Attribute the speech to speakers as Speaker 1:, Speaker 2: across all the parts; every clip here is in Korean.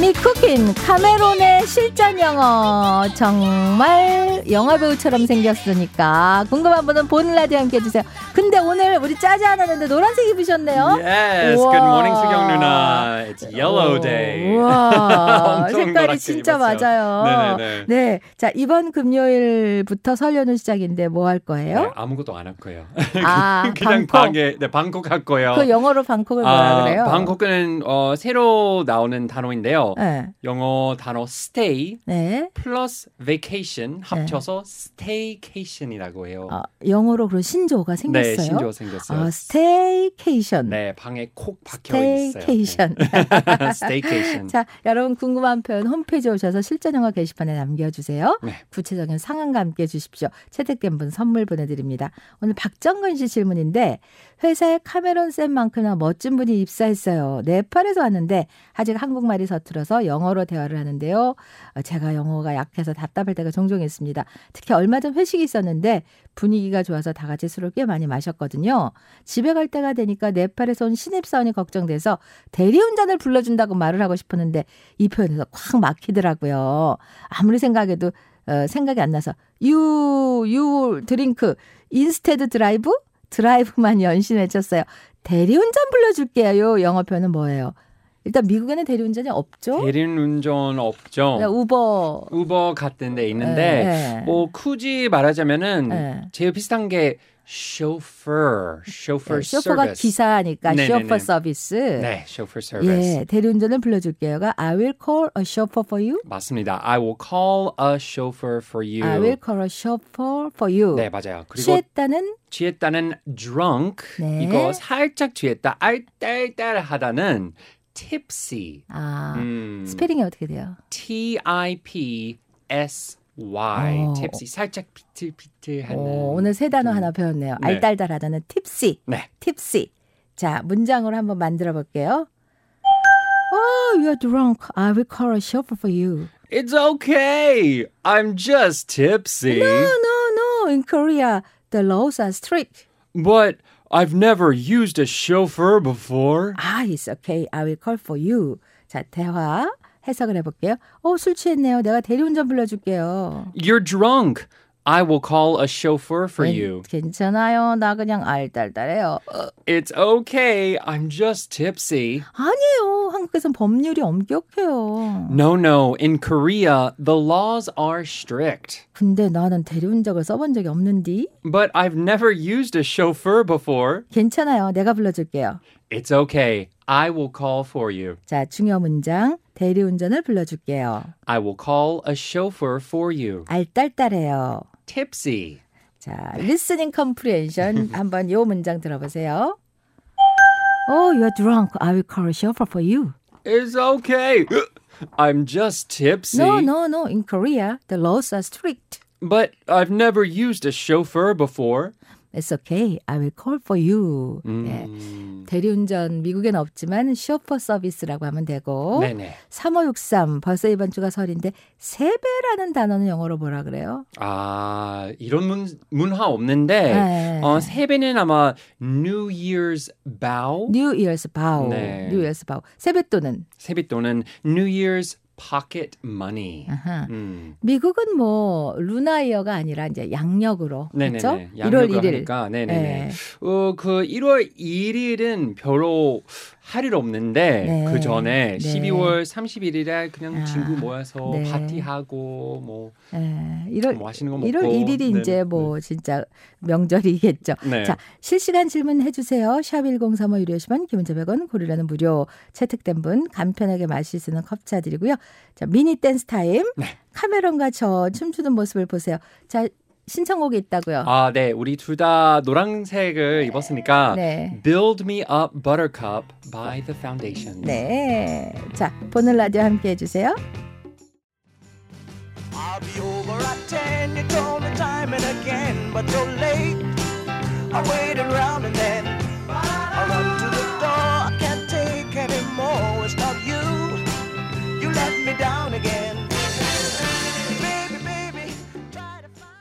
Speaker 1: 미쿠킨 카메론의 실전 영어 정말 영화 배우처럼 생겼으니까 궁금한 분은 보는 라디오 함께 해주세요. 근데 오늘 우리 짜지 않았는데 노란색 입으셨네요.
Speaker 2: Yes.
Speaker 1: 우와.
Speaker 2: Good morning, 수경 누나. It's Yellow
Speaker 1: 오,
Speaker 2: Day.
Speaker 1: 우와,
Speaker 2: 엄청
Speaker 1: 색깔이
Speaker 2: 노랗게
Speaker 1: 진짜
Speaker 2: 입었어요.
Speaker 1: 맞아요.
Speaker 2: 네네네.
Speaker 1: 네, 자 이번 금요일부터 설레는 시작인데 뭐 할
Speaker 2: 네,
Speaker 1: 거예요?
Speaker 2: 아무것도 안 할 거예요.
Speaker 1: 아,
Speaker 2: 네.
Speaker 1: 방콕.
Speaker 2: 그냥 방에 네, 방콕 할 거예요.
Speaker 1: 그 영어로 방콕을 뭐라
Speaker 2: 아,
Speaker 1: 그래요?
Speaker 2: 방콕은 어, 새로 나오는 단어인데요.
Speaker 1: 네,
Speaker 2: 영어 단어 stay
Speaker 1: 네.
Speaker 2: 플러스 vacation 합쳐서 staycation이라고 해요.
Speaker 1: 아, 영어로 그런 신조어가
Speaker 2: 네,
Speaker 1: 생겼어요.
Speaker 2: 신조어 생겼어요.
Speaker 1: 아, 스테이케이션.
Speaker 2: 네, 방에 콕 박혀 네.
Speaker 1: 스테이케이션.
Speaker 2: 있어요. 네. staycation.
Speaker 1: 네, 아, 자, 여러분 궁금한 표현 홈페이지에 오셔서 실전 영어 게시판에 남겨주세요.
Speaker 2: 네.
Speaker 1: 구체적인 상황과 함께 해주십시오. 채택된 분 선물 보내드립니다. 오늘 박정근 씨 질문인데 회사에 카메론 쌤만큼이나 멋진 분이 입사했어요. 네팔에서 왔는데 아직 한국말이 서툴어서 영어로 대화를 하는데요. 어, 제가 영어가 약해서 답답할 때가 종종 있습니다. 특히 얼마 전 회식이 있었는데 분위기가 좋아서 다 같이 술을 꽤 많이 마셨거든요. 집에 갈 때가 되니까 네팔에서 온 신입사원이 걱정돼서 대리운전을 불러준다고 말을 하고 싶었는데 이 표현에서 콱 막히더라고요. 아무리 생각해도 어, 생각이 안 나서 유, 유 드링크 인스테드 드라이브 드라이브만 연신해쳤어요. 대리운전 불러줄게요. 영어 표현은 뭐예요? 일단 미국에는 대리운전이 없죠.
Speaker 2: 대리운전 어. 없죠.
Speaker 1: 그냥 우버
Speaker 2: 우버 같은 데
Speaker 1: 예,
Speaker 2: 있는데
Speaker 1: 예.
Speaker 2: 뭐 굳이 말하자면은
Speaker 1: 예.
Speaker 2: 제일 비슷한 게 chauffeur, chauffeur
Speaker 1: 예, 쇼퍼가
Speaker 2: service.
Speaker 1: 기사니까
Speaker 2: 네, 네,
Speaker 1: 쇼퍼
Speaker 2: 네.
Speaker 1: 서비스.
Speaker 2: 네, chauffeur service.
Speaker 1: 예, 대리운전을 불러줄게요가 그러니까 I will call a chauffeur for you.
Speaker 2: 맞습니다. I will call a chauffeur for you.
Speaker 1: I will call a chauffeur for you.
Speaker 2: 네, 맞아요. 그리고
Speaker 1: 취했다는
Speaker 2: 취했다는 drunk
Speaker 1: 네.
Speaker 2: 이거 살짝 취했다 알딸딸하다는 tipsy.
Speaker 1: 아
Speaker 2: 음,
Speaker 1: 스페링이 어떻게 돼요?
Speaker 2: T I P S Y.
Speaker 1: 오.
Speaker 2: tipsy 살짝 비틀비틀하는.
Speaker 1: 오, 오늘 세 어. 단어
Speaker 2: 네. 음.
Speaker 1: 하나 배웠네요.
Speaker 2: 네.
Speaker 1: 알달달하다는 tipsy,
Speaker 2: 네.
Speaker 1: tipsy. 자 문장으로 한번 만들어 볼게요. Oh, you're drunk. I will call a chauffeur for you.
Speaker 2: It's okay. I'm just tipsy.
Speaker 1: No, no, no. In Korea, the laws are strict.
Speaker 2: But I've never used a chauffeur before.
Speaker 1: 아, it's okay. I will call for you. 자, 대화 해석을 해볼게요. 어, 술 취했네요. 내가 대리운전 불러줄게요.
Speaker 2: You're drunk. I will call a chauffeur for
Speaker 1: 네, 괜-
Speaker 2: you.
Speaker 1: 괜찮아요. 나 그냥 알딸딸해요. 어,
Speaker 2: It's okay. I'm just tipsy.
Speaker 1: 아니에요. 한국에선 법률이 엄격해요.
Speaker 2: No, no. In Korea, the laws are strict.
Speaker 1: 근데 나는 대리운전을 써본 적이 없는디.
Speaker 2: But I've never used a chauffeur before.
Speaker 1: 괜찮아요. 내가 불러줄게요.
Speaker 2: It's okay. I will call for you.
Speaker 1: 자, 중요 문장. 대리운전을 불러줄게요.
Speaker 2: I will call a chauffeur for you.
Speaker 1: 알딸딸해요.
Speaker 2: Tipsy.
Speaker 1: 자, listening comprehension 한번 요 문장 들어보세요. Oh, you're drunk. I will call a chauffeur for you.
Speaker 2: It's okay. I'm just tipsy.
Speaker 1: No, no, no. In Korea, the laws are strict.
Speaker 2: But I've never used a chauffeur before.
Speaker 1: It's okay. I will call for you. 예.
Speaker 2: 음.
Speaker 1: 대리운전 미국엔 없지만 쇼퍼 서비스라고 하면 되고
Speaker 2: 네네.
Speaker 1: 3563 벌써 이번 주가 설인데 세배라는 단어는 영어로 뭐라 그래요?
Speaker 2: 아 이런 문, 문화 없는데
Speaker 1: 네.
Speaker 2: 어, 세배는 아마 New Year's bow
Speaker 1: New Year's vow.
Speaker 2: 네.
Speaker 1: New Year's vow. 세뱃돈은
Speaker 2: 세배 또는 New Year's pocket money.
Speaker 1: 아하.
Speaker 2: 음.
Speaker 1: 미국은 뭐 루나이어가 아니라 이제 양력으로
Speaker 2: 네네네.
Speaker 1: 그렇죠?
Speaker 2: 양육을
Speaker 1: 1월 1일.
Speaker 2: 하니까 네네네.
Speaker 1: 네.
Speaker 2: 어, 그 1월 1일은 별로 할 일 없는데
Speaker 1: 네.
Speaker 2: 그
Speaker 1: 네.
Speaker 2: 전에 12월 31일에 그냥
Speaker 1: 아,
Speaker 2: 친구 모여서
Speaker 1: 네.
Speaker 2: 파티하고 뭐,
Speaker 1: 예, 1월
Speaker 2: 뭐 하시는 거 먹고
Speaker 1: 1월 1일이
Speaker 2: 네네.
Speaker 1: 이제 뭐 진짜 명절이겠죠.
Speaker 2: 네.
Speaker 1: 자, 실시간 질문 해주세요. 샵 1035 유료시면 기본자 100원, 고리라는 무료. 채택된 분 간편하게 마실 수 있는 컵차 드리고요. 자, 미니 댄스 타임. 카메론과 저 춤추는 모습을 보세요. 자, 신청곡이 있다고요.
Speaker 2: 아, 네. 우리 둘 다 노란색을 입었으니까
Speaker 1: 네.
Speaker 2: Build Me Up Buttercup by The Foundation.
Speaker 1: 네. 자, 보는 라디오 함께 해주세요.
Speaker 3: I'll be over at ten. You told me time and again, but you're late. I wait around and then I run to the door. I can't take anymore. It's not you. You let me down again, baby, baby. Try to find.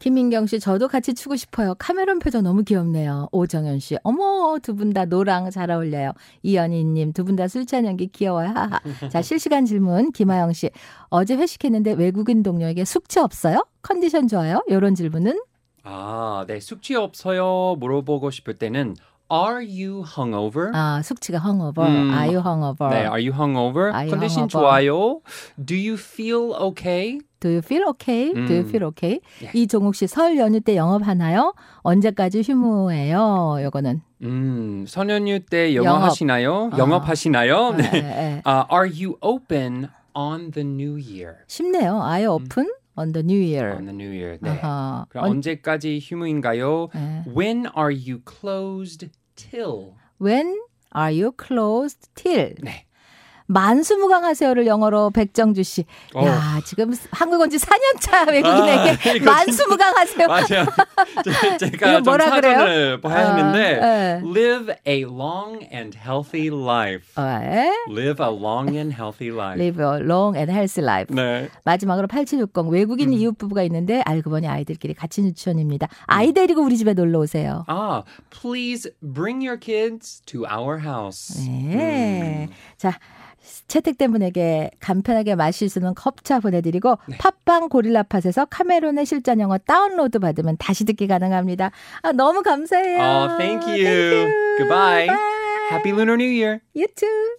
Speaker 1: 김민경 씨, 저도 같이 추고 싶어요. 카메론 표정 너무 귀엽네요. 오정현 씨, 어머, 두 분 다 노랑 잘 어울려요. 이연희님, 두 분 다 술 취한 연기 귀여워요. 하하. 자, 실시간 질문, 김하영 씨, 어제 회식했는데 외국인 동료에게 숙취 없어요? 컨디션 좋아요? 요런 질문은?
Speaker 2: 아, 네. 숙취 없어요. 물어보고 싶을 때는 Are you hungover?
Speaker 1: 아, 숙취가 hungover.
Speaker 2: 음.
Speaker 1: Are you hungover?
Speaker 2: 네, Are you hungover?
Speaker 1: Are you hungover?
Speaker 2: 컨디션 좋아요? Do you feel okay?
Speaker 1: Do you feel okay? Do you
Speaker 2: 음.
Speaker 1: feel okay?
Speaker 2: 예.
Speaker 1: 이종욱 씨, 설 연휴 때 영업하나요? 언제까지 휴무예요? 요거는.
Speaker 2: 음, 선연휴 때 영어
Speaker 1: 영업.
Speaker 2: 하시나요?
Speaker 1: 아.
Speaker 2: 영업하시나요?
Speaker 1: 예,
Speaker 2: 네.
Speaker 1: 예.
Speaker 2: 아, Are you open on the new year?
Speaker 1: 쉽네요. Are you open on the new
Speaker 2: On
Speaker 1: year?
Speaker 2: the new year. 음. 네.
Speaker 1: 아하.
Speaker 2: 그럼
Speaker 1: 언-
Speaker 2: 언제까지 휴무인가요?
Speaker 1: 예.
Speaker 2: When are you closed till?
Speaker 1: When are you closed till?
Speaker 2: 네.
Speaker 1: 만수무강하세요를 영어로 백정주 씨.
Speaker 2: 어.
Speaker 1: 야, 지금 한국 온 지 4년 차 외국인에게
Speaker 2: 아, 이거
Speaker 1: 만수무강하세요.
Speaker 2: 맞아요. 제- 제가
Speaker 1: 이거
Speaker 2: 좀
Speaker 1: 뭐라 그래요?
Speaker 2: 사전을 봤는데
Speaker 1: 아, 예.
Speaker 2: live a long and healthy life.
Speaker 1: 어, 예.
Speaker 2: Live a long and healthy life.
Speaker 1: Live a long and healthy life.
Speaker 2: 네.
Speaker 1: 마지막으로 8760
Speaker 2: 음.
Speaker 1: 외국인 이웃 부부가 있는데 알고 보니 아이들끼리 같이 유치원입니다. 아이 데리고 우리 집에 놀러 오세요.
Speaker 2: 아, please bring your kids to our house.
Speaker 1: 네.
Speaker 2: 음.
Speaker 1: 자, 채택된 분에게 간편하게 마실 수 있는 컵차 보내드리고
Speaker 2: 네.
Speaker 1: 팟빵 고릴라 팟에서 카메론의 실전 영어 다운로드 받으면 다시 듣기 가능합니다. 아, 너무 감사해요.
Speaker 2: Oh, thank 어, you. Goodbye.
Speaker 1: Bye.
Speaker 2: Happy Lunar New Year.
Speaker 1: You too.